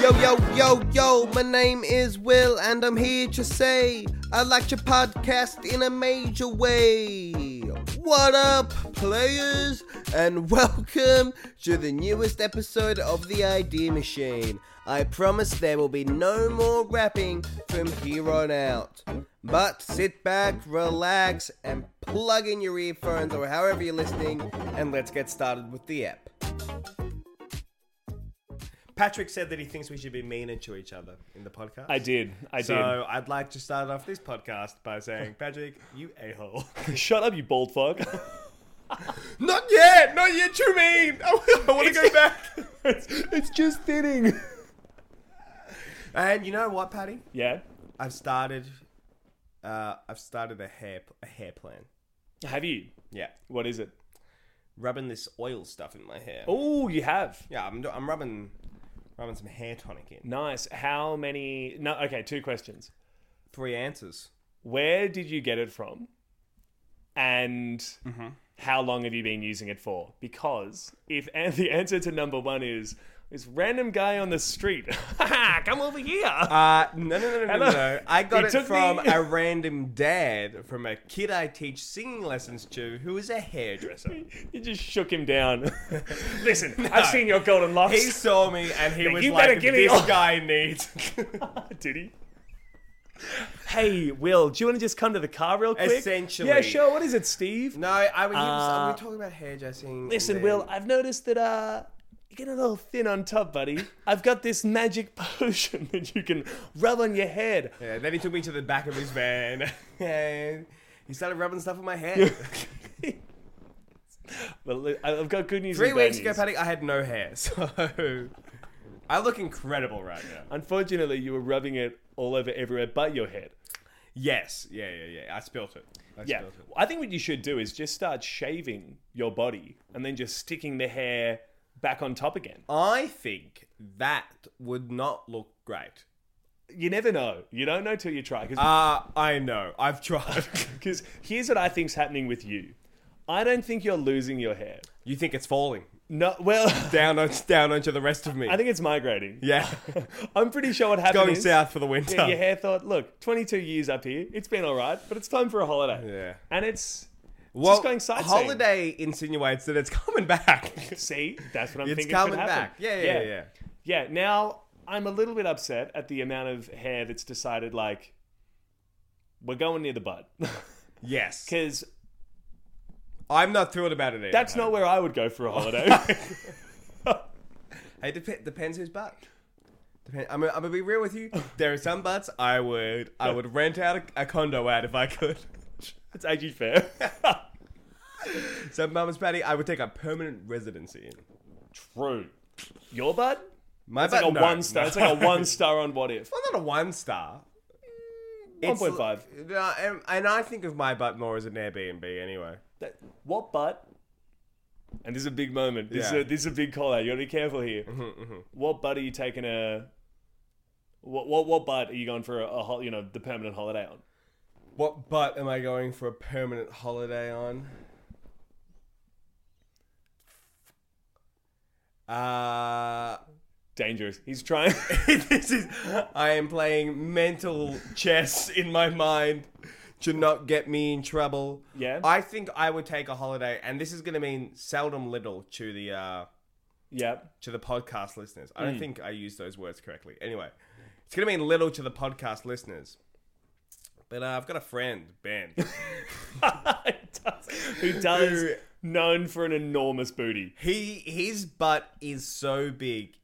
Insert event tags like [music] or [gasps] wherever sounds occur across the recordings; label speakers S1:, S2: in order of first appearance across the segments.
S1: Yo, yo, yo, my name is Will, and I'm here to say I liked your podcast in a major way. What up, players, and [laughs] welcome to the newest episode of The Idea Machine. I promise there will be no more rapping from here on out. But sit back, relax, and plug in your earphones or however you're listening, and let's get started with the app. Patrick said that he thinks we should be meaner to each other in the podcast.
S2: I did. I
S1: So I'd like to start off this podcast by saying, Patrick, you a hole.
S2: did. [laughs] Shut up, you bald fuck.
S1: [laughs]
S2: [laughs]
S1: Not yet, not yet. You mean? [laughs] I want to go back.
S2: it's, it's just
S1: [laughs]
S2: fitting.
S1: And you know what, Patty?
S2: Yeah.
S1: I've started. Uh, I've started a hair a hair plan.
S2: Have you?
S1: Yeah,
S2: What is it?
S1: rubbing this oil stuff in my hair.
S2: Oh, you have.
S1: Yeah, I'm I'm rubbing rubbing some hair tonic in.
S2: Nice. How many? No. Okay. Two questions.
S1: Three answers.
S2: Where did you get it from? And
S1: Mm-hmm.
S2: how long have you been using it for? Because if [laughs] and the answer to number one is this random guy on the street, [laughs] come over here.
S1: Uh, no, no, no, no, no,
S2: Hello.
S1: no. I got
S2: You
S1: it
S2: took
S1: from
S2: the-
S1: a random dad from a kid I teach singing lessons to, who is a hairdresser.
S2: [laughs] you just shook him down. [laughs]
S1: [laughs]
S2: Listen, I've seen your golden locks.
S1: He saw me and he was
S2: you
S1: like,
S2: better give me
S1: "This
S2: all-
S1: guy needs."
S2: [laughs] Did he? Hey, Will, do you want to just come to the car real quick?
S1: Essentially.
S2: Yeah, sure. What is it, Steve?
S1: no, I was, he was- we
S2: Uh,
S1: were talking about hair dressing.
S2: Listen,
S1: and then-
S2: Will, I've noticed that uh, you're getting a little thin on top, [laughs] buddy. I've got this magic potion [laughs] that you can rub on your head.
S1: [laughs] Yeah, then he took me to the back of his van [laughs] and he started rubbing stuff on my [laughs]
S2: [laughs]
S1: head.
S2: Well, li- I- I've got good news.
S1: Three
S2: and bad
S1: weeks ago,
S2: news.
S1: Paddy, I had no hair, [laughs] so I look incredible right now.
S2: [laughs] Unfortunately, you were rubbing it all over everywhere but your head.
S1: Yes, yeah, yeah, yeah. I spilt it. I
S2: Yeah.
S1: spilt it.
S2: I think what you should do is just start shaving your body and then just sticking the hair back on top again.
S1: I think that would not look great.
S2: You never know. You don't know till you try. 'cause
S1: Uh, I know. I've tried. [laughs]
S2: Because here's what I think's happening with you. I don't think you're losing your hair.
S1: you think it's falling
S2: No, well, [laughs]
S1: down, on, down onto the rest of me?
S2: I think it's migrating.
S1: [laughs] yeah,
S2: [laughs] I'm pretty sure what happened
S1: going
S2: is
S1: south for the winter.
S2: yeah, your hair thought, look, 22 years up here, it's been all right, but it's time for a holiday.
S1: Yeah.
S2: And it's
S1: Well,
S2: just going sightseeing.
S1: holiday insinuates that it's [laughs] coming back.
S2: see, that's what I'm
S1: it's
S2: thinking.
S1: coming
S2: could happen.
S1: back. Yeah, yeah, yeah. yeah.
S2: yeah. Yeah, Now I'm a little bit upset at the amount of hair that's decided like we're going near the bud [laughs]
S1: Yes,
S2: because
S1: I'm not thrilled about it. Either,
S2: that's
S1: mate.
S2: not where I would go for a holiday.
S1: [laughs] Hey, dep- depends whose butt. Depend- I'm, gonna- I'm gonna be real with you. There are some butts I would I would rent out a, a condo at if I could. [laughs]
S2: that's actually fair. [laughs]
S1: Some mama's patty I would take a permanent residency in.
S2: True. Your bud?
S1: My
S2: It's
S1: butt,
S2: like a
S1: no,
S2: one star.
S1: no.
S2: It's
S1: [laughs]
S2: like a one star on what if.
S1: Well, not a one star. It's-
S2: 1.5.
S1: No, and, and I think of my butt more as an Airbnb anyway.
S2: That- What butt? And this is a big moment. This,
S1: Yeah.
S2: is, a, this is a big call out. You gotta be careful here. What butt are you taking a. What, what, what butt are you going for a, a hol- you know the permanent holiday on?
S1: [laughs] What butt am I going for a permanent holiday on? Uh, [laughs]
S2: Dangerous. He's trying. [laughs]
S1: this is. I am playing mental chess in my mind to not get me in trouble.
S2: Yeah.
S1: I think I would take a holiday, and this is going to mean seldom little to the uh,
S2: yeah. [laughs]
S1: to the podcast listeners. I don't think I used those words correctly. Anyway, it's going to mean little to the podcast listeners. But uh, I've got a friend, Ben.
S2: Who does
S1: Who-
S2: known for an enormous booty?
S1: he his butt is so big.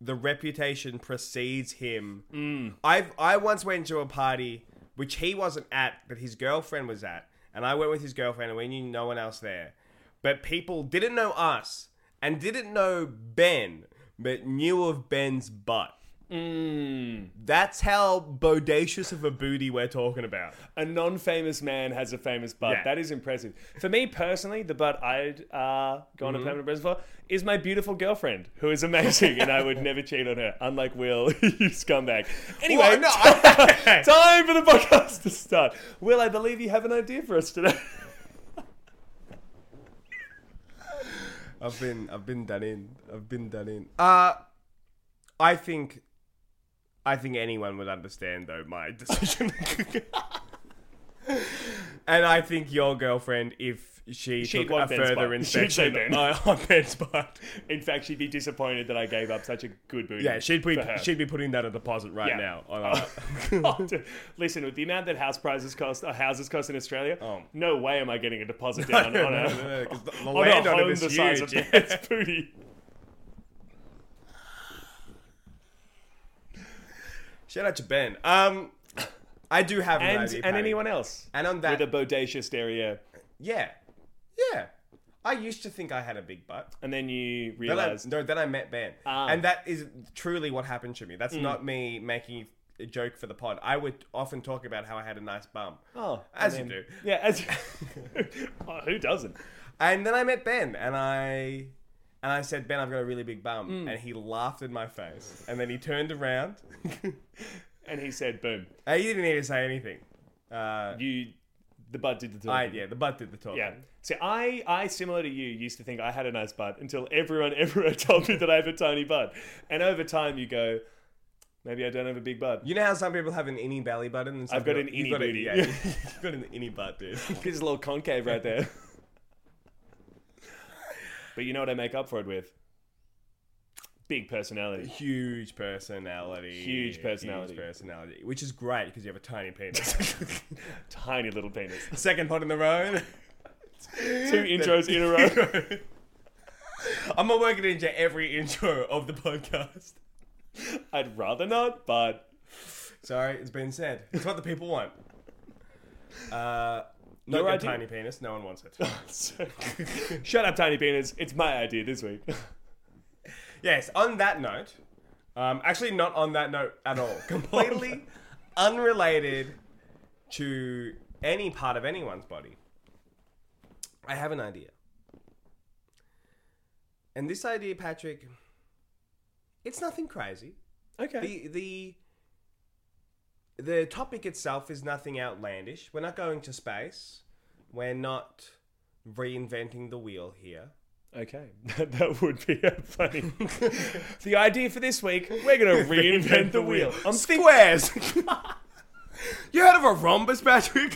S1: The reputation precedes him. I've I once went to a party which he wasn't at, but his girlfriend was at, and I went with his girlfriend, and we knew no one else there. But people didn't know us and didn't know Ben, but knew of Ben's butt.
S2: Mm.
S1: That's how bodacious of a booty we're talking about.
S2: a non-famous man has a famous butt.
S1: Yeah.
S2: That is impressive. For me personally, the butt I'd uh, go on a
S1: Mm-hmm.
S2: permanent residence for is my beautiful girlfriend, who is amazing, and I would never cheat on her. Unlike Will, [laughs] you scumbag. Anyway,
S1: Well, no, I-
S2: [laughs] time for the podcast to start. Will, I believe you have an idea for us today.
S1: I've been I've been done in. I've been done in. Uh I think I think anyone would understand though my [laughs] decision. and I think your girlfriend, if she
S2: She'd
S1: took a
S2: want Ben's
S1: further
S2: butt. [laughs] She'd say
S1: inspection
S2: Ben. [laughs]
S1: uh, on Ben's butt,
S2: In fact, she'd be disappointed that I gave up such a good booty.
S1: yeah, she'd be
S2: for her.
S1: she'd be putting down a deposit right
S2: Yeah. Uh, Oh,
S1: now. uh, On our,
S2: [laughs] God, listen, with the amount that house prices cost, uh, houses cost in Australia,
S1: Oh.
S2: no way am I getting a
S1: [laughs]
S2: deposit down on a,
S1: 'cause the, the
S2: [laughs] on a
S1: landowner
S2: home
S1: is
S2: the
S1: huge.
S2: size of
S1: yeah. [laughs]
S2: Ben's booty.
S1: Shout out to Ben. Um, I do have an
S2: And,
S1: idea,
S2: and
S1: Paddy.
S2: anyone else
S1: and on
S2: with
S1: that,
S2: a bodacious derriere.
S1: yeah, yeah. I used to think I had a big butt.
S2: And then you
S1: Then I-
S2: realize,
S1: no, then I met Ben,
S2: Ah. Mm.
S1: and that is truly what happened to me. That's not me making a joke for the pod. I would often talk about how I had a nice bum,
S2: oh,
S1: as
S2: and
S1: you
S2: then-
S1: do.
S2: [laughs] Yeah, as oh,
S1: [laughs]
S2: who doesn't?
S1: And then I met Ben, and I and I said, Ben, I've got a really big bum,
S2: Mm.
S1: and he laughed in my face, and then he turned around. [laughs]
S2: And he said, boom,
S1: Uh, he didn't need to say anything. Uh,
S2: you, the bud did the talking.
S1: I yeah, the butt did the talking.
S2: Yeah. See, I, I, similar to you, used to think I had a nice butt until everyone [laughs] everywhere told me that I have a tiny butt. And over time, you go, maybe I don't have a big butt. [laughs]
S1: You know how some people have an innie belly button? And some
S2: I've got
S1: people-
S2: an
S1: you've
S2: innie
S1: got a-
S2: booty. [laughs]
S1: yeah, you've got an innie butt, dude.
S2: Gives a little concave right there. [laughs] but you know what I make up for it with? Big personality. [laughs]
S1: Huge personality.
S2: Huge personality.
S1: Huge personality. Which is great because you have a tiny penis. [laughs]
S2: Tiny little penis.
S1: Second pot in the row.
S2: [laughs] Two intros in a row.
S1: [laughs] I'm gonna work it into every intro of the podcast.
S2: I'd rather not, but [laughs]
S1: Sorry, it's been said. It's what the people want. Uh,
S2: Your
S1: not your
S2: idea.
S1: tiny penis. No one wants it.
S2: shut up, tiny penis. It's my idea this week. [laughs]
S1: Yes, on that note, um, actually, not on that note at all. Completely unrelated to any part of anyone's body. I have an idea. And this idea, Patrick, it's nothing crazy.
S2: okay.
S1: The, the, the topic itself is nothing outlandish. We're not going to space, we're not reinventing the wheel here.
S2: Okay, [laughs] that, that would be a funny. [laughs] the idea for this week, we're gonna [laughs] reinvent the wheel. I'm
S1: [laughs]
S2: think-
S1: Squares. you heard of a rhombus, Patrick?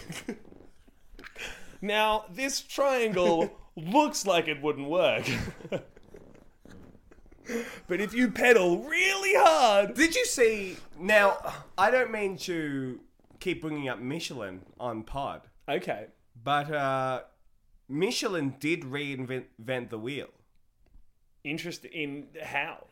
S2: now this triangle [laughs] looks like it wouldn't work, [laughs] but if you pedal really hard,
S1: Did you see? Now, I don't mean to keep bringing up Michelin on pod,
S2: okay,
S1: but uh, Michelin did reinvent the wheel.
S2: interest in how?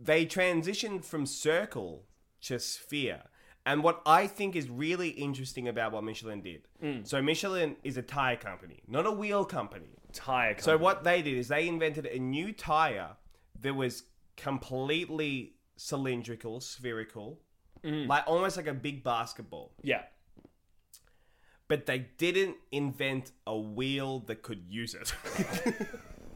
S1: They transitioned from circle to sphere. And what I think is really interesting about what Michelin did. So, Michelin is a tire company, not a wheel company.
S2: Tire.
S1: So what they did is they invented a new tire that was completely cylindrical, spherical, like almost like a big basketball.
S2: Yeah.
S1: But they didn't invent a wheel that could use it. [laughs]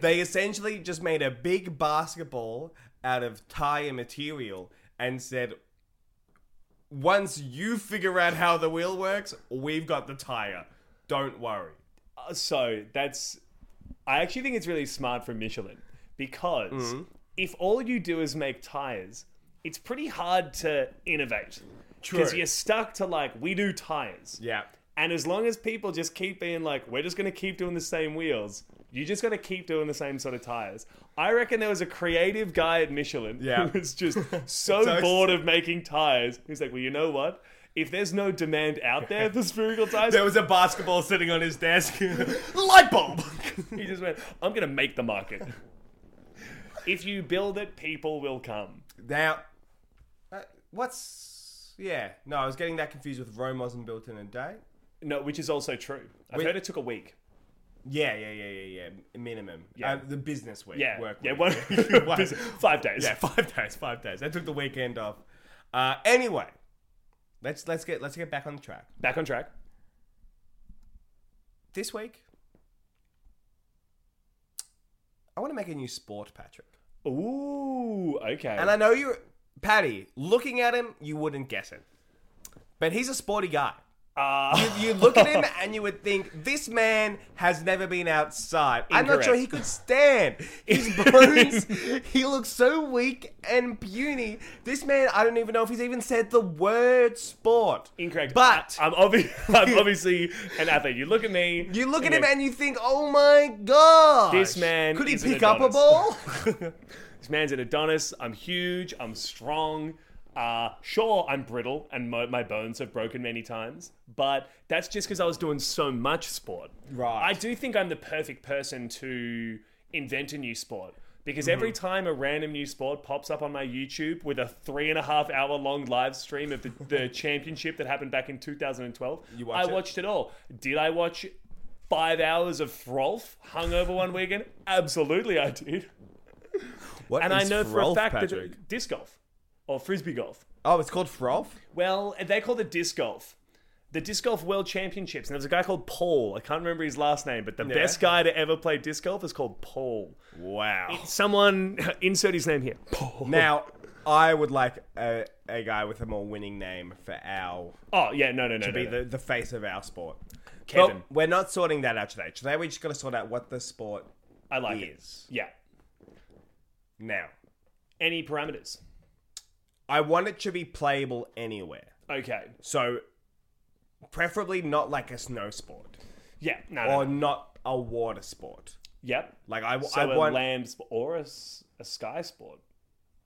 S1: they essentially just made a big basketball out of tire material and said once you figure out how the wheel works, we've got the tire. Don't worry.
S2: Uh, So that's. I actually think it's really smart from Michelin because
S1: Mm-hmm.
S2: if all you do is make tires, it's pretty hard to innovate. Because
S1: True.
S2: you're stuck to like, we do tires.
S1: Yeah.
S2: And as long as people just keep being like, we're just going to keep doing the same wheels, you just got to keep doing the same sort of tires. I reckon there was a creative guy at Michelin
S1: Yeah.
S2: who
S1: [laughs]
S2: was just so
S1: So-
S2: bored of making tires. He's like, well, you know what? If there's no demand
S1: [laughs]
S2: out there for spherical tires,
S1: There was a basketball sitting on his
S2: [laughs]
S1: desk. Light bulb.
S2: He just went, I'm going to make the market. if you build it, people will come.
S1: now, uh, what's yeah? No, I was getting that confused with Rome wasn't built in a day.
S2: No, which is also true. I've
S1: Wait.
S2: heard it took a week.
S1: Yeah, yeah, yeah, yeah, yeah. Minimum.
S2: Yeah.
S1: Uh, the business week.
S2: Yeah.
S1: Work
S2: yeah,
S1: week. [laughs]
S2: one,
S1: One-
S2: [laughs] five days.
S1: yeah, five days. Five days. I took the weekend off. Uh, anyway, let's let's get let's get back on the track.
S2: Back on track.
S1: This week, I want to make a new sport, Patrick.
S2: Ooh, okay.
S1: And I know you're Patty. Looking at him, you wouldn't guess it, but he's a sporty guy.
S2: Uh,
S1: [laughs] You look at
S2: [laughs]
S1: him and you would think this man has never been outside. I'm not sure
S2: Incorrect.
S1: he could stand.
S2: [laughs]
S1: His bones, he looks so weak and puny. This man, I don't even know if he's even said the word sport.
S2: incorrect.
S1: But
S2: I'm, obvi- [laughs] I'm obviously an athlete. You look at me.
S1: you look at
S2: go,
S1: him and you think, oh my god,
S2: This man
S1: could he
S2: is an
S1: pick up a
S2: Adonis." [laughs]
S1: ball?
S2: This man's an Adonis. I'm huge. I'm strong. Uh, sure, I'm brittle and mo- my bones have broken many times, but that's just because I was doing so much sport.
S1: Right.
S2: I do think I'm the perfect person to invent a new sport because every
S1: Mm-hmm.
S2: time a random new sport pops up on my YouTube with a three and a half hour long live stream of the,
S1: [laughs]
S2: the championship that happened back in 2012,
S1: You watch
S2: I
S1: it?
S2: watched it all. Did I watch five hours of Frolf hungover one weekend? Absolutely, I did
S1: What
S2: and I
S1: is
S2: know for a
S1: Frolf,
S2: fact
S1: Patrick?
S2: that disc golf or frisbee golf.
S1: oh, it's called Frolf.
S2: Well, they call it disc golf. The disc golf world championships, and there was a guy called Paul. I can't remember his last name, but the best guy to ever play disc golf is called Paul.
S1: Wow.
S2: Someone [laughs] insert his name here. Paul.
S1: Now, I would like a, a guy with a more winning name for our
S2: Oh yeah, no, no, no, no,
S1: be
S2: no.
S1: the, the face of our sport.
S2: Kevin.
S1: But we're not sorting that out today. Today we're just gonna sort out what the sport
S2: I like
S1: is.
S2: it. Yeah.
S1: now.
S2: Any parameters?
S1: I want it to be playable anywhere.
S2: Okay.
S1: So preferably not like a snow sport.
S2: Yeah. No. no,
S1: Or
S2: no.
S1: not a water sport.
S2: Yep.
S1: Like I,
S2: Uh. So
S1: I
S2: a
S1: want
S2: land sp- or a, s- a sky sport.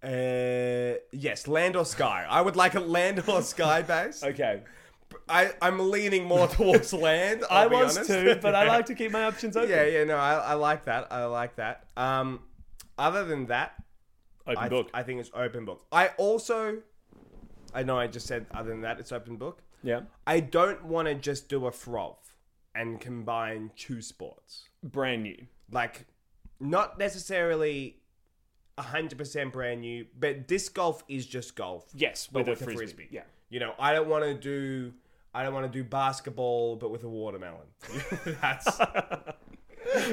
S1: uh yes, land or sky. I would like a land or
S2: [laughs]
S1: sky base.
S2: Okay.
S1: I, I'm leaning more towards land.
S2: i
S1: I'll be
S2: was
S1: honest.
S2: too, but
S1: [laughs]
S2: I like to keep my options open.
S1: Yeah, yeah, no, I, I like that. I like that. Um, other than that,
S2: Open
S1: I, th-
S2: book.
S1: I think it's open book. I also, I know I just said other than that, it's open book.
S2: yeah.
S1: I don't want to just do a frov and combine two sports.
S2: Brand new.
S1: Like, not necessarily 100% brand new, but disc golf is just golf.
S2: Yes,
S1: but
S2: with, a, frisbee.
S1: [laughs]
S2: Yeah.
S1: You know, I don't want to do. I don't want to do basketball, but with a watermelon. [laughs]
S2: [laughs]
S1: That's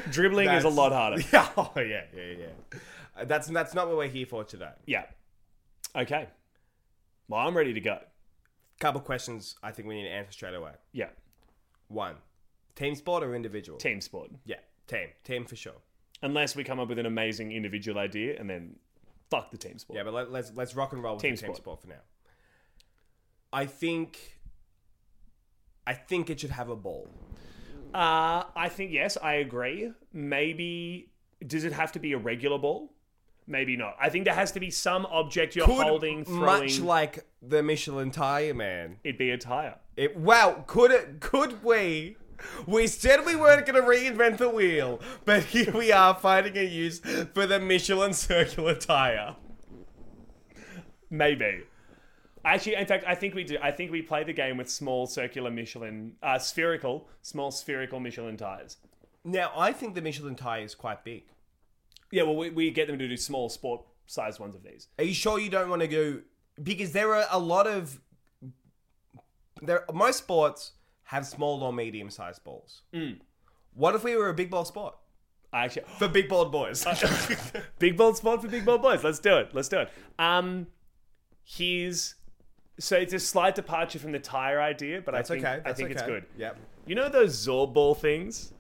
S2: Dribbling is a
S1: That's-
S2: lot harder.
S1: [laughs] Yeah, oh, yeah, yeah, yeah. Uh, That's that's not what we're here for today.
S2: Yeah. Okay. Well, I'm ready to go.
S1: Couple questions I think we need to answer straight away.
S2: Yeah.
S1: One, team sport or individual?
S2: Team sport.
S1: Yeah, team, team for sure.
S2: Unless we come up with an amazing individual idea and then fuck the team sport.
S1: Yeah, but let, let's let's rock and roll with
S2: Team
S1: the team
S2: sport.
S1: sport for now. I think, I think it should have a ball.
S2: Uh, I think, yes, I agree. Maybe, does it have to be a regular ball? Maybe not. I think there has to be some object you're holding, throwing.
S1: much like the Michelin Tire Man.
S2: It'd be a tire.
S1: It, wow, could it? Could we? We said we weren't going to reinvent the wheel, but here we are finding a use for the Michelin circular tire.
S2: Maybe. Actually, in fact, I think we do. I think we play the game with small circular Michelin, uh, spherical, small spherical Michelin tires.
S1: Now, I think the Michelin tire is quite big.
S2: Yeah, well, we, we get them to do small sport sized ones of these.
S1: Are you sure you don't want to go? Because there are a lot of there. Most sports have small or medium sized balls. What if we were a big ball sport
S2: I actually, [laughs]
S1: for big ball [laughs] boys?
S2: big ball sport for big ball boys. Let's do it. Let's do it. Um, here's so it's a slight departure from the tire idea, but
S1: that's
S2: I think
S1: okay.
S2: I
S1: that's
S2: think it's
S1: okay.
S2: good.
S1: Yep.
S2: You know those zorb ball things.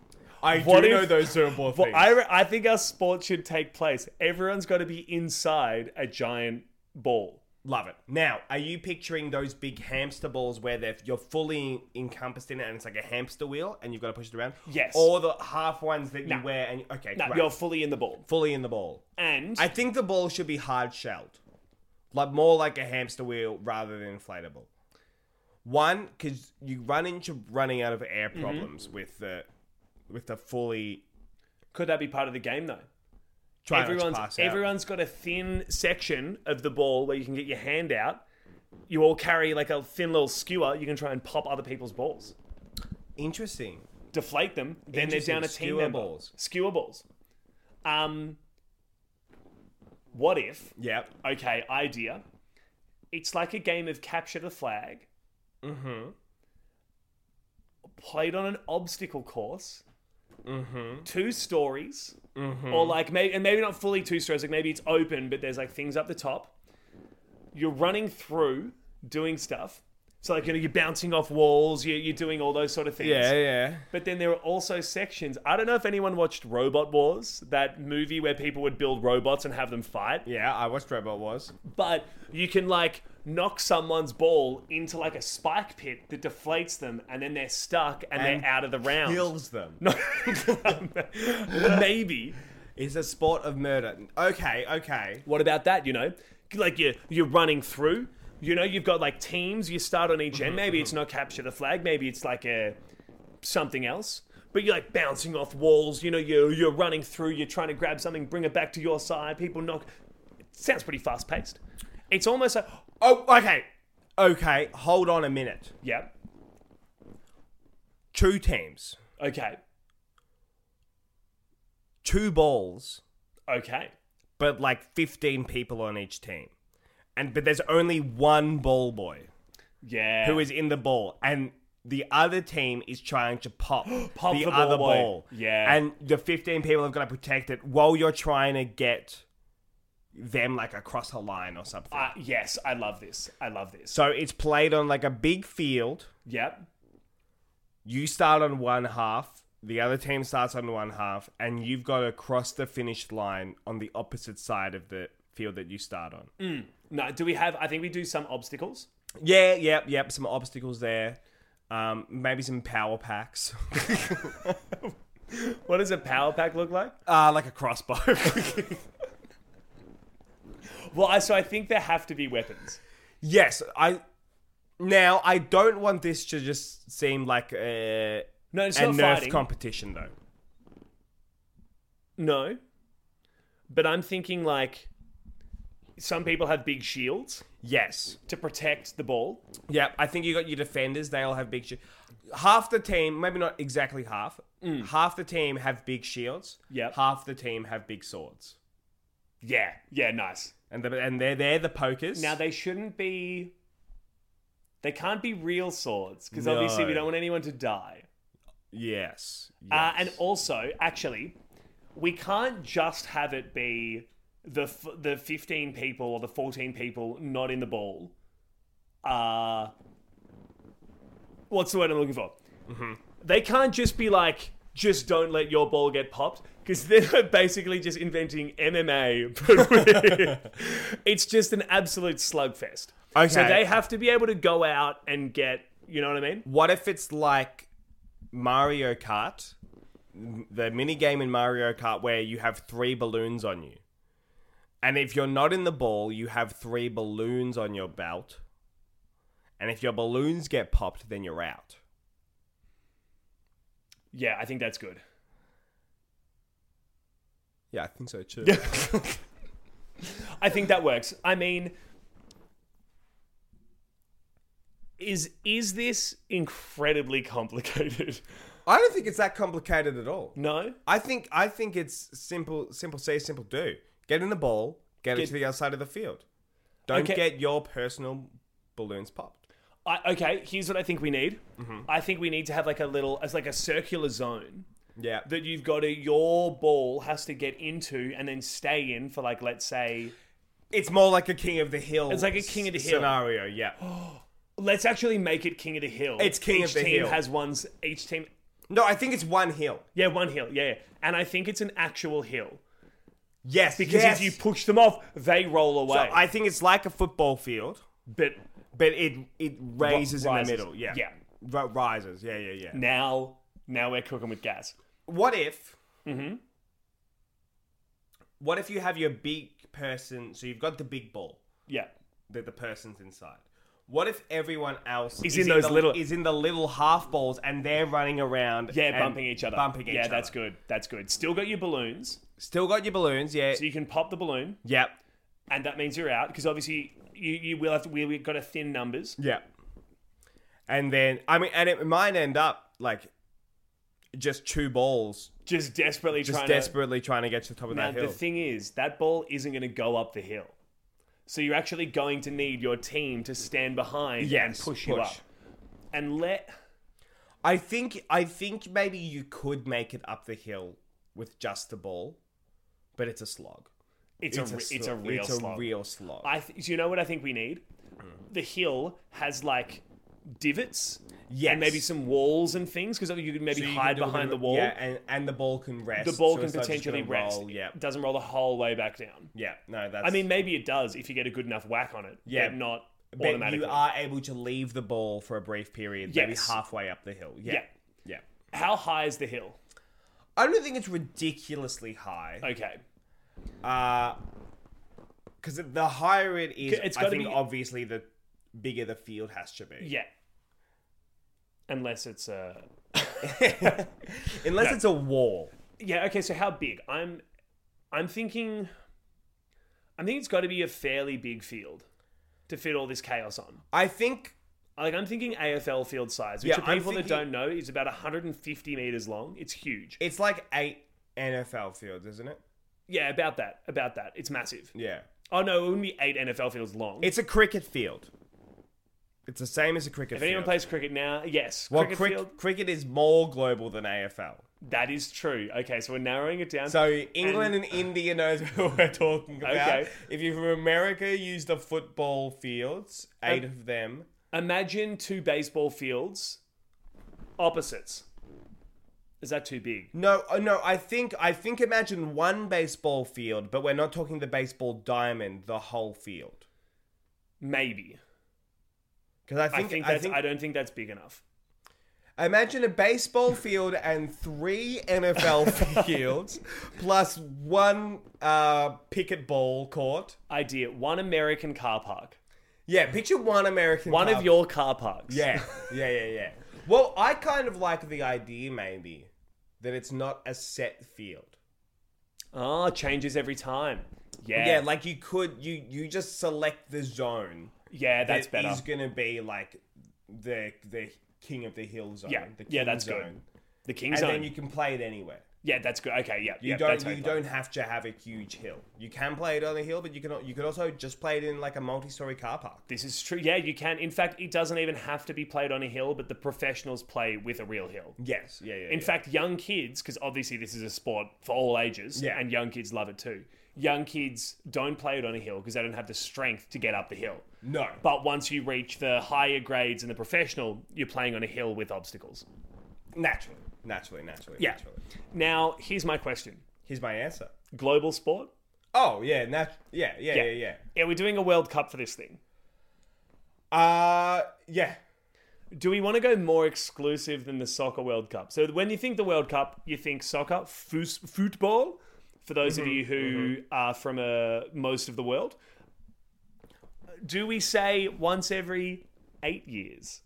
S1: I
S2: What
S1: do
S2: if-
S1: know those two ball
S2: Well,
S1: things.
S2: I, re- I think our sport should take place. Everyone's got to be inside a giant ball.
S1: Love it. Now, are you picturing those big hamster balls where they're, you're fully encompassed in it and it's like a hamster wheel and you've got to push it around?
S2: Yes.
S1: Or the half ones that you wear and okay,
S2: No,
S1: great.
S2: you're fully in the ball.
S1: fully in the ball.
S2: And
S1: I think the ball should be hard shelled, like more like a hamster wheel rather than inflatable. One, because you run into running out of air
S2: Mm-hmm.
S1: problems with the with the fully
S2: could that be part of the game though?
S1: trying
S2: everyone's
S1: to pass out.
S2: everyone's got a thin section of the ball where you can get your hand out. You all carry like a thin little skewer. You can try and pop other people's balls,
S1: Interesting.
S2: deflate them. Then they're
S1: Interesting.
S2: down a team
S1: Skewer
S2: member.
S1: balls.
S2: Skewer balls. Um, what if?
S1: Yep.
S2: Okay, idea. It's like a game of capture the flag,
S1: Mm-hmm.
S2: played on an obstacle course,
S1: Mm-hmm.
S2: two stories.
S1: Mm-hmm.
S2: or like maybe and maybe not fully two stories like maybe it's open but there's like things up the top you're running through doing stuff So like you know you're bouncing off walls, you're, you're doing all those sort of things.
S1: Yeah, yeah.
S2: But then there are also sections. I don't know if anyone watched Robot Wars, that movie where people would build robots and have them fight.
S1: Yeah, I watched Robot Wars.
S2: But you can like knock someone's ball into like a spike pit that deflates them, and then they're stuck and,
S1: And
S2: they're out of the round. [laughs]
S1: Kills them.
S2: No, maybe.
S1: It's a sport of murder. Okay, okay.
S2: What about that? You know, like you you're running through. You know, you've got like teams. You start on each end. Maybe it's not capture the flag. Maybe it's like a something else. But you're like bouncing off walls. You know, you're you're running through. You're trying to grab something, bring it back to your side. People knock. It sounds pretty fast paced. It's almost like
S1: Oh, okay. Okay, hold on a minute.
S2: yeah,
S1: Two teams,
S2: okay,
S1: two balls,
S2: okay,
S1: but like 15 people on each team. And but there's only one ball boy
S2: yeah.
S1: who is in the ball and the other team is trying to pop,
S2: [gasps] Pop
S1: the,
S2: the ball
S1: other
S2: boy.
S1: ball.
S2: Yeah.
S1: And the 15 people have got to protect it while you're trying to get them like across a line or something.
S2: Uh, yes, I love this. I love this.
S1: so it's played on like a big field.
S2: Yep.
S1: you start on one half, the other team starts on one half, and you've got to cross the finish line on the opposite side of the field that you start on.
S2: No, do we have? I think we do some obstacles.
S1: Yeah, yep, yep. Some obstacles there. Um, maybe some power packs. [laughs]
S2: What does a power pack look like?
S1: uh, like a crossbow. [laughs]
S2: Well, I, so I think there have to be weapons.
S1: yes, I. Now, I don't want this to just seem like a,
S2: No, it's
S1: a
S2: not
S1: Nerf
S2: fighting.
S1: competition, though.
S2: no, but I'm thinking like some people have big shields
S1: Yes.
S2: to protect the ball.
S1: Yeah, I think you got your defenders. They all have big shields. Half the team, maybe not exactly half, half the team have big shields.
S2: Mm. Yep.
S1: Half the team have big swords.
S2: Yeah, yeah, nice.
S1: And, the, and they're, they're the pokers.
S2: Now they shouldn't be. They can't be real swords because obviously we
S1: No.
S2: don't want anyone to die.
S1: yes.
S2: Uh,
S1: yes.
S2: and also, actually, we can't just have it be the f- the fifteen people or the fourteen people not in the ball. Uh, what's the word I'm looking for? Mm-hmm. They can't just be like, just don't let your ball get popped, because then we're [laughs] basically just inventing MMA. But with- [laughs] it's just an absolute slugfest. So
S1: Okay.
S2: they have to be able to go out and get, you know what I mean?
S1: what if it's like Mario Kart, the mini game in Mario Kart where you have three balloons on you? And if you're not in the ball, you have three balloons on your belt. And if your balloons get popped, then you're out.
S2: Yeah, I think that's good.
S1: Yeah, I think so too.
S2: I think that works. I mean, is is this incredibly complicated?
S1: [laughs]
S2: [laughs]
S1: I don't think it's that complicated at all.
S2: No,
S1: I think I think it's simple simple say simple do. Get in the ball, get,
S2: Get-
S1: it to the other side of the field. Don't
S2: Okay.
S1: get your personal balloons popped.
S2: I, okay. Here's what I think we need.
S1: Mm-hmm.
S2: I think we need to have like a little, as like a circular zone
S1: Yeah.
S2: that you've got to your ball has to get into and then stay in for like let's say
S1: It's more like a king of the hill.
S2: It's like a king of the
S1: s-
S2: hill.
S1: scenario, yeah.
S2: let's actually make it king of the hill.
S1: It's king
S2: each
S1: of the
S2: team
S1: hill.
S2: has one's each team
S1: [gasps] No, I think it's one hill.
S2: yeah one hill yeah, yeah. and I think it's an actual hill
S1: Yes,
S2: because
S1: yes.
S2: if you push them off they roll
S1: So
S2: away.
S1: I think it's like a football field,
S2: but
S1: but it it raises
S2: rises.
S1: in the middle. Yeah.
S2: Yeah. Mm.
S1: R- rises. Yeah, yeah, yeah.
S2: now now we're cooking with gas.
S1: What if?
S2: Mm-hmm.
S1: What if you have your big person? So you've got the big ball
S2: Yeah.
S1: that the person's inside. What if everyone else
S2: Is in those
S1: the,
S2: little-
S1: is in the little half balls and they're running around?
S2: Yeah,
S1: and
S2: bumping each other.
S1: bumping each
S2: yeah,
S1: other.
S2: that's good. That's good. Still got your balloons.
S1: Still got your balloons. Yeah.
S2: So you can pop the balloon
S1: yep.
S2: and that means you're out because obviously you, you will have to we we've got to thin numbers.
S1: Yep. And then I mean, and it might end up like just two balls,
S2: Just desperately
S1: just
S2: trying to
S1: desperately trying to get to the top of
S2: Now
S1: that hill.
S2: the thing is that ball isn't going to go up the hill. So you're actually going to need your team to stand behind and
S1: Yes,
S2: push, you up.
S1: push.
S2: And let
S1: I think I think maybe you could make it up the hill with just the ball, but it's a slog.
S2: it's, a, re- it's a
S1: slog.
S2: real
S1: it's
S2: slog.
S1: a real slog. Hmm.
S2: I th- so you know what I think we need? The hill has like divots
S1: Yes.
S2: and maybe some walls and things because you could maybe
S1: So you can
S2: hide
S1: do a bit
S2: behind
S1: of-
S2: the wall.
S1: Yeah, and, and the ball can rest.
S2: the ball
S1: so
S2: can
S1: it's not just
S2: potentially
S1: gonna
S2: rest.
S1: roll. Yeah.
S2: It doesn't roll the whole way back down.
S1: Yeah. No, that's.
S2: I mean, maybe it does if you get a good enough whack on it.
S1: Yeah.
S2: but not
S1: but
S2: automatically.
S1: you are able to leave the ball for a brief period, maybe
S2: Yes.
S1: halfway up the hill. Yeah.
S2: Yeah.
S1: Yeah.
S2: How high is the hill?
S1: I don't think it's ridiculously high.
S2: Okay,
S1: Because the higher it is,
S2: It's
S1: I
S2: gotta
S1: think
S2: be-
S1: obviously the bigger the field has to be.
S2: yeah. Unless it's uh, a
S1: [laughs] Unless it's a wall.
S2: yeah. Okay, so how big? I'm, I'm thinking. I think it's got to be a fairly big field to fit all this chaos on.
S1: I think.
S2: Like I'm thinking AFL field size, which
S1: Yeah,
S2: for
S1: I'm
S2: people that
S1: thinking-
S2: don't know is about 150 meters long. It's huge.
S1: It's like eight NFL fields, isn't it?
S2: Yeah, about that. About that. It's massive.
S1: Yeah.
S2: Oh no, it wouldn't be eight NFL fields long.
S1: It's a cricket field. It's the same as a cricket
S2: if anyone
S1: field.
S2: plays cricket now, yes,
S1: well,
S2: cricket
S1: cric-
S2: field.
S1: cricket is more global than AFL.
S2: That is true. Okay, so we're narrowing it down.
S1: So England and, India knows [laughs] what we're talking about.
S2: Okay.
S1: If you're from America, use the football fields, eight of them.
S2: imagine two baseball fields opposites. Is that too big?
S1: No, uh, no, I think I think imagine one baseball field, but we're not talking the baseball diamond, the whole field.
S2: Maybe.
S1: Because I
S2: I
S1: think I
S2: think,
S1: think,
S2: that's, I, don't think that's big enough.
S1: imagine a baseball field and three
S2: [laughs]
S1: NFL fields plus one uh, picket ball court.
S2: Idea one American car park,
S1: Yeah, picture one American.
S2: one
S1: car-
S2: of your car parks.
S1: Yeah, yeah, yeah, yeah. Well, I kind of like the idea maybe that it's not a set field.
S2: Ah, changes every time. Yeah.
S1: Yeah, like you could you you just select the zone.
S2: Yeah, that's
S1: that
S2: better.
S1: is gonna be like the the king of the hill zone.
S2: Yeah.
S1: the
S2: Yeah,
S1: king
S2: that's
S1: zone.
S2: good. The King
S1: And
S2: Zone.
S1: then you can play it anywhere.
S2: yeah, that's good. Okay, yeah.
S1: You
S2: yeah,
S1: don't
S2: that's how
S1: you
S2: you play.
S1: don't have to have a huge hill. You can play it on a hill, but you can al- you could also just play it in like a multi-story car park.
S2: This is true. Yeah, you can. In fact, it doesn't even have to be played on a hill, but the professionals play with a real hill.
S1: Yes, yeah, yeah.
S2: In
S1: yeah.
S2: fact, young kids, because obviously this is a sport for all ages,
S1: Yeah.
S2: and young kids love it too. Young kids don't play it on a hill because they don't have the strength to get up the hill.
S1: no,
S2: But once you reach the higher grades and the professional, you're playing on a hill with obstacles.
S1: naturally, naturally, naturally,
S2: Yeah.
S1: naturally.
S2: Now, here's my question
S1: Here's my answer.
S2: Global sport?
S1: Oh yeah, nat- yeah, yeah, yeah,
S2: Yeah.
S1: yeah.
S2: Yeah, we're doing a World Cup for this thing.
S1: Uh, yeah.
S2: Do we want to go more exclusive than the Soccer World Cup? So when you think the World Cup, you think soccer, fus- football, for those
S1: Mm-hmm,
S2: of you who are from uh, most of the world. Do we say once every eight years?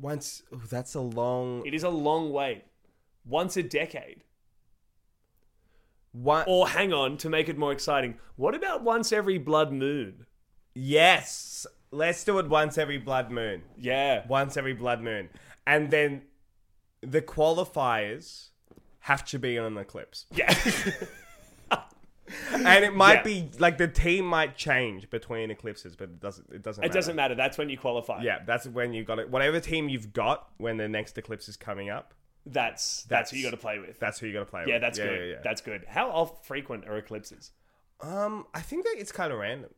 S1: Once ooh, that's a long
S2: It is a long wait. Once a decade.
S1: one.
S2: Or hang on, to make it more exciting, what about once every blood moon?
S1: Yes, let's do it once every blood moon.
S2: Yeah. [laughs]
S1: once every blood moon, and then the qualifiers have to be on an eclipse,
S2: Yeah.
S1: and it might
S2: Yeah.
S1: be like the team might change between eclipses, but it doesn't. It doesn't.
S2: it doesn't matter. That's when you qualify.
S1: Yeah, that's when you got it. Whatever team you've got when the next eclipse is coming up,
S2: That's that's, who you got to play with.
S1: that's who you got to play
S2: yeah,
S1: with.
S2: that's good.
S1: Yeah, yeah.
S2: That's good. How off frequent are eclipses?
S1: um, I think that it's kind of random.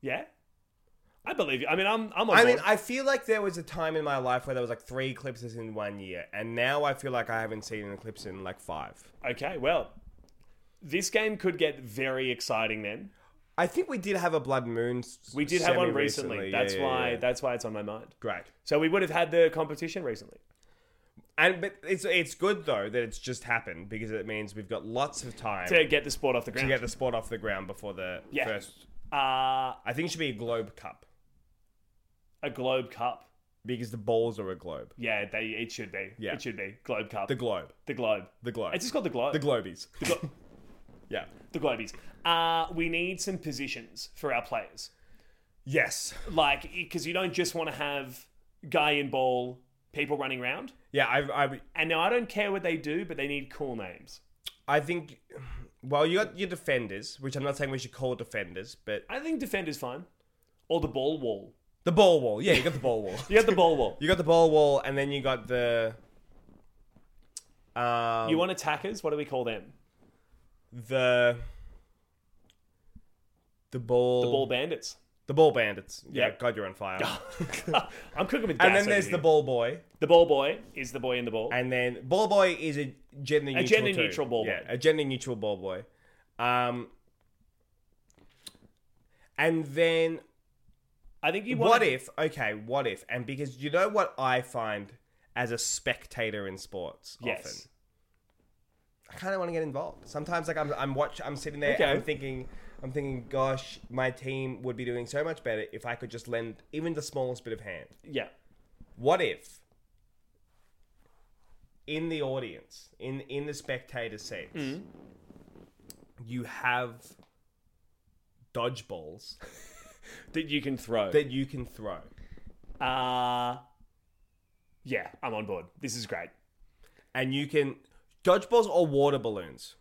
S2: Yeah, I believe you. I mean, I'm I'm on
S1: I
S2: board.
S1: mean, I feel like there was a time in my life where there was like three eclipses in one year, and now I feel like I haven't seen an eclipse in like five.
S2: okay, well, this game could get very exciting. Then
S1: I think we did have a blood moon. s-
S2: we did have one
S1: semi-recently.
S2: recently.
S1: Yeah,
S2: That's
S1: yeah, yeah,
S2: why
S1: yeah.
S2: that's why it's on my mind.
S1: Great.
S2: So we would have had the competition recently.
S1: And but it's it's good though that it's just happened because it means we've got lots of time
S2: To
S1: to
S2: get the sport off the ground.
S1: get the sport off the ground before the
S2: Yeah.
S1: first.
S2: uh,
S1: I think it should be a globe cup
S2: a Globe Cup.
S1: because the balls are a globe.
S2: Yeah, they it should be.
S1: Yeah.
S2: It should be Globe Cup.
S1: The
S2: The,
S1: globe.
S2: Globe.
S1: The globe.
S2: It's just called the Globe.
S1: the globies.
S2: Glo- [laughs]
S1: yeah.
S2: the Globies. Uh, we need some positions for our players.
S1: Yes.
S2: Like, because you don't just want to have guy in ball, people running around.
S1: Yeah. I I
S2: And now I don't care what they do, but they need cool names.
S1: I think. Well, you got your defenders, which I'm not saying we should call defenders, but
S2: I think defender's fine. Or the ball wall.
S1: the ball wall. Yeah, you got the ball
S2: [laughs]
S1: wall.
S2: You got the
S1: [laughs]
S2: ball wall.
S1: You got the ball wall, and then you got the. Um,
S2: You want attackers? What do we call them?
S1: the the ball [laughs]
S2: Ball bandits.
S1: The ball bandits. Yeah,
S2: Yep.
S1: God, you're on fire.
S2: Oh, I'm cooking with gas.
S1: and then
S2: over
S1: there's
S2: here.
S1: the ball boy.
S2: The ball boy is the boy in the ball.
S1: And then ball boy is a gender neutral.
S2: gender
S1: too.
S2: neutral ball
S1: yeah,
S2: boy.
S1: A gender neutral ball boy. Um, and then
S2: I think you
S1: what
S2: want.
S1: if? Okay, what if? And because you know what I find as a spectator in sports often.
S2: Yes.
S1: I kind of want to get involved. Sometimes, like I'm, I'm watch, I'm sitting there,
S2: Okay.
S1: and I'm thinking, I'm thinking, gosh, my team would be doing so much better if I could just lend even the smallest bit of hand.
S2: Yeah.
S1: What if, in the audience, in in the spectator seats,
S2: Hmm.
S1: you have dodgeballs [laughs]
S2: That you can throw.
S1: that you can throw?
S2: Uh, yeah, I'm on board. This is great.
S1: and you can dodgeballs or water balloons.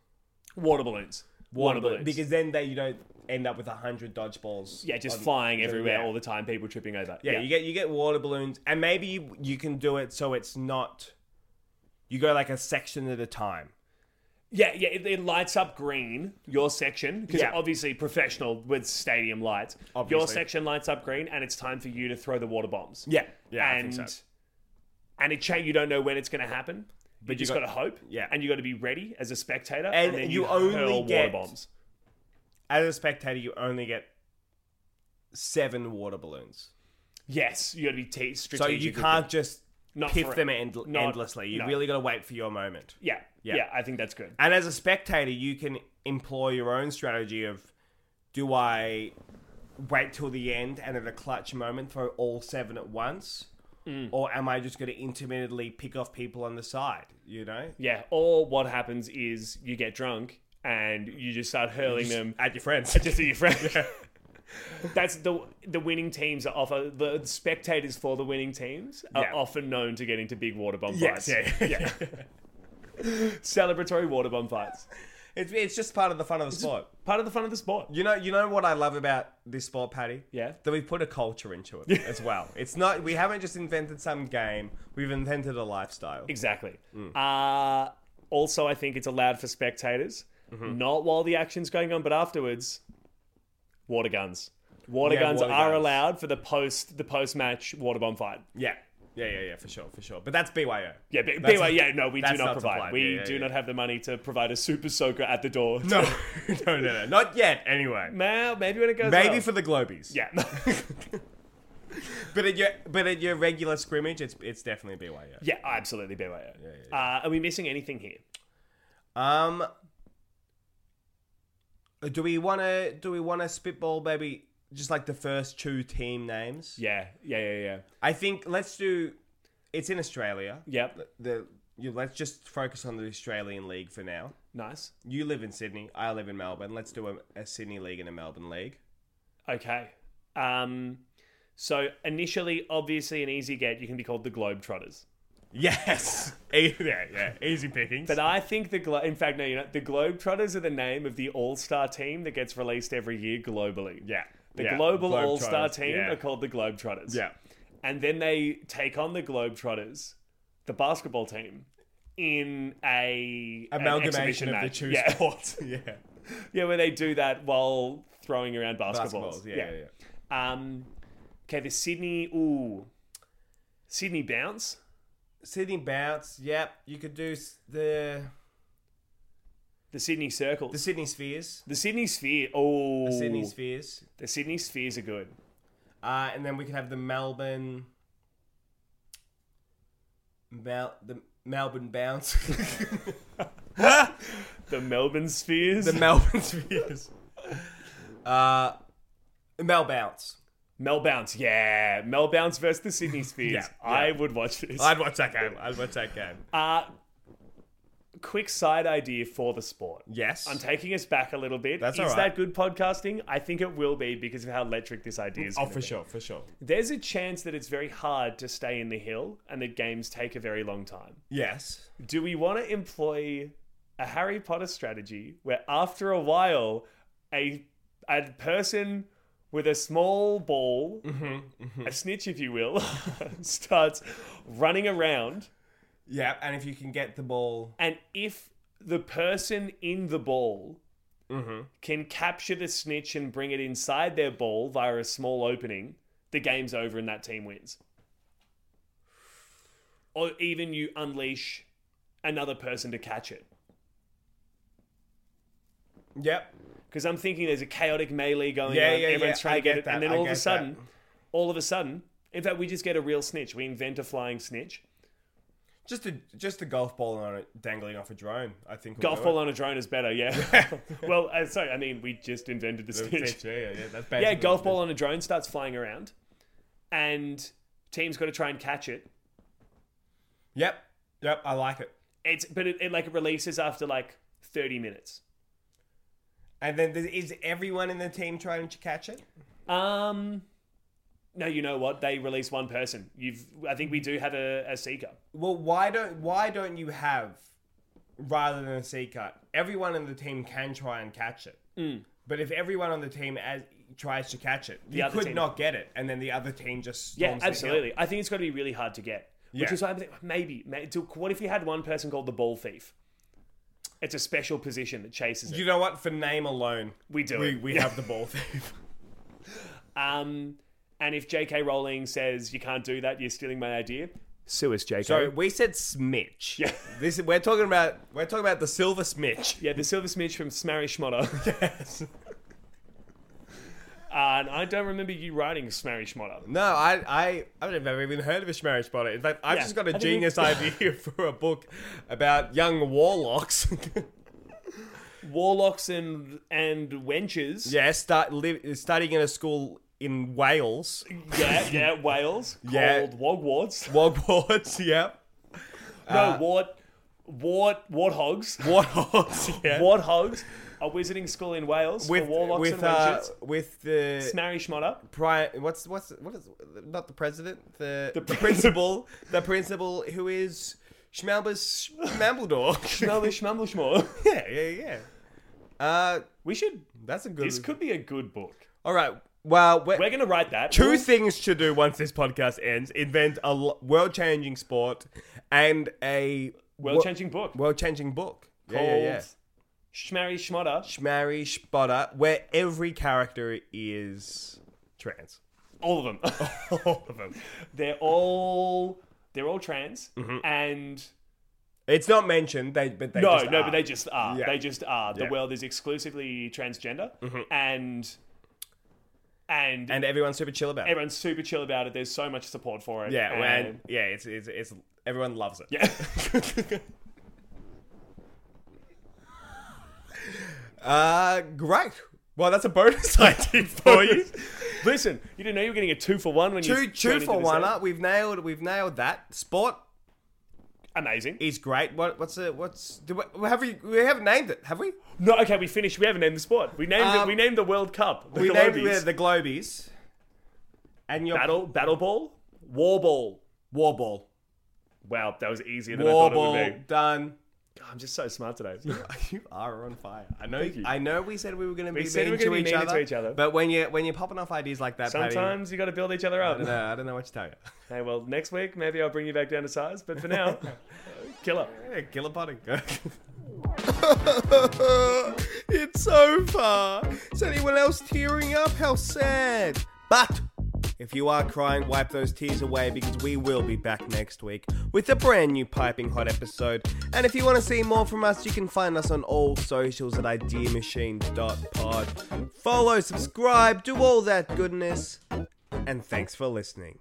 S2: Water balloons. Water,
S1: balloon-
S2: balloons.
S1: because then they you don't end up with a hundred dodgeballs.
S2: yeah, just
S1: on-
S2: flying everywhere
S1: yeah.
S2: all the time. People tripping over.
S1: yeah, you get you get water balloons, and maybe you, you can do it so it's not. You go like a section at a time.
S2: Yeah, yeah, it, it lights up green, your section, because
S1: Yeah.
S2: obviously professional with stadium lights. Your
S1: Obviously.
S2: section lights up green, and it's time for you to throw the water bombs.
S1: Yeah, yeah, I
S2: and
S1: think so.
S2: and it cha- you don't know when it's going to happen, but you just got
S1: got-
S2: to hope.
S1: yeah.
S2: and you got to be ready as a spectator,
S1: And you only
S2: hurl
S1: get-
S2: water bombs.
S1: As a spectator, you only get seven water balloons,
S2: Yes, you got to be t-
S1: so
S2: strategic.
S1: you
S2: with it.
S1: can't just
S2: Not
S1: piff
S2: for-
S1: them end-
S2: not-
S1: endlessly. You
S2: no.
S1: really got to wait for your moment.
S2: Yeah,
S1: Yeah.
S2: yeah, I think that's good.
S1: And as a spectator, you can employ your own strategy of do I wait till the end and at a clutch moment throw all seven at once?
S2: Mm.
S1: Or am I just going to intermittently pick off people on the side? You know?
S2: Yeah, or what happens is you get drunk and you just start hurling them
S1: At your
S2: [laughs]
S1: friends.
S2: just to your friend. That's the the winning teams are offer the spectators for the winning teams are
S1: Yeah.
S2: often known to get into big water bomb
S1: Yes,
S2: fights.
S1: yeah,
S2: [laughs] Celebratory water bomb fights.
S1: it's, it's just part of the fun of the sport.
S2: Part of the fun of the sport.
S1: You know, you know what I love about this sport, Patty?
S2: Yeah.
S1: That we've put a culture into it as well. It's not, we haven't just invented some game, we've invented a lifestyle.
S2: Exactly.
S1: Mm.
S2: Uh, also, I think it's allowed for spectators,
S1: Mm-hmm.
S2: not while the action's going on, but afterwards. Water guns. Water
S1: Yeah,
S2: guns
S1: water
S2: are
S1: guns.
S2: allowed for the post the post match water bomb fight.
S1: Yeah. Yeah, yeah, yeah, for sure, for sure. But that's BYO.
S2: Yeah, but
S1: That's-
S2: anyway, yeah, no, we do
S1: that's
S2: not
S1: not
S2: provide.
S1: supplied.
S2: We
S1: Yeah, yeah,
S2: do
S1: yeah.
S2: not have the money to provide a super soaker at the door.
S1: No, [laughs] no, no, no. Not yet, anyway.
S2: [laughs] Well, maybe when it goes
S1: Maybe
S2: well.
S1: for the Globies.
S2: yeah.
S1: [laughs]
S2: [laughs]
S1: But at your but at your regular scrimmage, it's it's definitely BYO.
S2: yeah, absolutely BYO. Uh, are we missing anything here?
S1: Um Do we wanna do we wanna spitball maybe just like the first two team names?
S2: Yeah, yeah, yeah, yeah.
S1: I think let's do it's in Australia.
S2: Yep.
S1: The you, let's just focus on the Australian league for now.
S2: Nice.
S1: You live in Sydney, I live in Melbourne. Let's do a, a Sydney league and a Melbourne league.
S2: Okay. Um, so initially, obviously, an easy get. You can be called the Globetrotters.
S1: Yes. [laughs] E- yeah, yeah. Easy pickings.
S2: But uh, I think the Glo- in fact, no, you know, the Globetrotters are the name of the All Star team that gets released every year globally.
S1: yeah.
S2: The
S1: yeah.
S2: global
S1: Globetrotters,
S2: All Star team
S1: yeah.
S2: are called the Globetrotters.
S1: Yeah. [laughs]
S2: and then they take on the Globetrotters, the basketball team, in a an
S1: Amalgamation
S2: exhibition
S1: of the
S2: match.
S1: two
S2: yeah.
S1: sports. yeah.
S2: [laughs] yeah, where they do that while throwing around basketballs.
S1: Basketballs. Yeah, yeah. yeah.
S2: Um, okay, the Sydney ooh, Sydney bounce.
S1: Sydney bounce. Yep. You could do s- the
S2: The Sydney circle.
S1: the
S2: The,
S1: Sydney spheres.
S2: Sydney sphere. Oh,
S1: The Sydney spheres.
S2: the Sydney spheres are good.
S1: Uh, and then we can have the Melbourne. Mel the Melbourne
S2: [laughs]
S1: bounce. [laughs]
S2: The Melbourne spheres.
S1: the Melbourne spheres. Uh, Mel bounce.
S2: Mel bounce. Yeah, Mel bounce versus the Sydney spheres.
S1: [laughs] yeah.
S2: I would watch this.
S1: watch that game. I'd watch that game.
S2: Uh, quick side idea for the sport.
S1: Yes.
S2: I'm taking us back a little bit.
S1: That's
S2: is
S1: all right.
S2: that good podcasting? I think it will be because of how electric this idea is.
S1: oh,
S2: gonna
S1: for
S2: be.
S1: sure, for sure.
S2: There's a chance that it's very hard to stay in the hill and that games take a very long time.
S1: Yes.
S2: Do we want to employ a Harry Potter strategy where after a while a a person with a small ball,
S1: Mm-hmm.
S2: a snitch if you will, [laughs] starts running around
S1: Yeah, and if you can get the ball,
S2: And if the person in the ball
S1: Mm-hmm.
S2: can capture the snitch and bring it inside their ball via a small opening, the game's over and that team wins. Or even you unleash another person to catch it.
S1: Yep.
S2: Because I'm thinking there's a chaotic melee going
S1: Yeah,
S2: on,
S1: yeah,
S2: everyone's
S1: yeah,
S2: trying
S1: I
S2: to get,
S1: get
S2: it,
S1: that,
S2: and then
S1: I
S2: all of a
S1: get
S2: sudden, all of a sudden, in fact, we just get a real snitch. We invent a flying snitch.
S1: Just a just a golf ball on it dangling off a drone. I think will
S2: Golf
S1: do
S2: ball
S1: it.
S2: on a drone is
S1: [laughs]
S2: better, yeah. [laughs] well, uh, sorry, I mean, we just invented the snitch.
S1: yeah, yeah, yeah, that's
S2: Yeah,
S1: basically
S2: golf
S1: what
S2: ball on a drone starts flying around, and team's got to try and catch it.
S1: it- Yep. Yep. I like it.
S2: It's but it, it like releases after like thirty minutes.
S1: And then there- is everyone in the team trying to catch it?
S2: Um, no, you know what? They release one person. You've I think we do have a, a seeker.
S1: Well, why don't why don't you have rather than a C cut? Everyone in the team can try and catch it.
S2: Mm.
S1: But if everyone on the team as tries to catch it, you
S2: other
S1: could
S2: team.
S1: not get it, and then the other team just
S2: Yeah,
S1: storms the hill.
S2: absolutely. I think it's got to be really hard to get. Which
S1: Yeah.
S2: is why I'm thinking, maybe, may- do- what if you had one person called the ball thief? It's a special position that chases it.
S1: You know what? For name alone,
S2: We do
S1: we,
S2: it.
S1: we
S2: Yeah.
S1: have the
S2: [laughs]
S1: ball [laughs] thief.
S2: Um, and if J.K. Rowling says you can't do that, you're stealing my idea. Sue us, J.K.
S1: So we said smitch.
S2: [laughs] Yeah.
S1: This we're talking about we're talking about the silver smitch.
S2: yeah, the silver smidge from Smarry Schmotter.
S1: [laughs] Yes.
S2: Uh, [laughs] and I don't remember you writing Smarry Schmotter.
S1: No, I, I I've never even heard of a Schmarry Spotter. In fact, I've
S2: Yeah,
S1: just got a
S2: I think [laughs]
S1: genius idea for a book about young warlocks. [laughs]
S2: Warlocks and and wenches.
S1: yeah, start li- studying in a school in Wales,
S2: yeah, yeah, Wales.
S1: [laughs] Yeah.
S2: Called Wogwarts.
S1: [laughs] Wogwarts. Yeah, Uh,
S2: No, wart, wart, warthogs.
S1: warlocks. [laughs] Yeah,
S2: Warthogs. A wizarding school in Wales
S1: with
S2: for warlocks
S1: with
S2: and
S1: uh,
S2: wenches.
S1: with the [laughs]
S2: Smarry Schmotter.
S1: pri- what's what's what is not the president the the,
S2: The [laughs]
S1: principal the principal who is Schmalbus
S2: [laughs]
S1: Schmambledore.
S2: Schmelly
S1: [laughs]
S2: Schmamblishmore.
S1: yeah, yeah, yeah. Uh,
S2: We should.
S1: that's a good.
S2: This could be a good book.
S1: All right. Well, we're,
S2: We're going to write that.
S1: 2 things to do once this podcast ends: invent a l- world-changing sport and a
S2: World changing book.
S1: wo- world-changing book.
S2: called
S1: yeah, yeah, yeah.
S2: Schmarry Schmotter.
S1: Schmarry Spotter, where every character is trans.
S2: [laughs] All of them.
S1: [laughs] All of them.
S2: they're all they're all trans, and
S1: It's not mentioned, they but Mm-hmm. they
S2: no,
S1: just
S2: no,
S1: are.
S2: but they just are.
S1: Yeah.
S2: They just are. The
S1: Yeah. Mm-hmm.
S2: world is exclusively transgender, and and
S1: and everyone's super chill about. it.
S2: everyone's super chill about it. There's so much support for it.
S1: Yeah,
S2: and,
S1: and yeah, it's it's it's everyone loves it. [laughs]
S2: yeah.
S1: Uh, great. Well, that's a bonus [laughs]
S2: [laughs]
S1: idea for you.
S2: Listen, you didn't know you were getting a two for one when
S1: two
S2: you
S1: two
S2: joined into
S1: for
S2: this
S1: one
S2: ad.
S1: up. We've nailed we've nailed that. Sport
S2: Amazing.
S1: is great. What what's it? What's do we, have we we haven't named it? Have we?
S2: No, okay, we finished. We haven't named the sport. We named it,
S1: Um,
S2: we named the World Cup. The
S1: we named
S2: Globies.
S1: it the Globies. And your
S2: battle battle ball, war ball.
S1: war ball.
S2: Wow, that was easier than I
S1: War
S2: thought it
S1: ball
S2: would be.
S1: done. [laughs]
S2: God, I'm just so smart today.
S1: You are on fire. I know.
S2: you.
S1: I know. We said we were going to be mean
S2: said we were
S1: to,
S2: gonna be
S1: each
S2: mean
S1: other,
S2: to each other.
S1: But when you when you're popping off ideas like that, Patty,
S2: Sometimes you got to build each other
S1: I don't
S2: up.
S1: know. I don't know what to tell you.
S2: Hey, well, next week maybe I'll bring you back down to size, but for [laughs] now, killer.
S1: Yeah, Kill a [laughs] potting.
S3: it's over. Is anyone else tearing up? How sad. But
S1: if you are crying, wipe those tears away because we will be back next week with a brand new Piping Hot episode. And if you want to see more from us, you can find us on all socials at ideamachine.pod. Follow, subscribe, do all that goodness. And thanks for listening.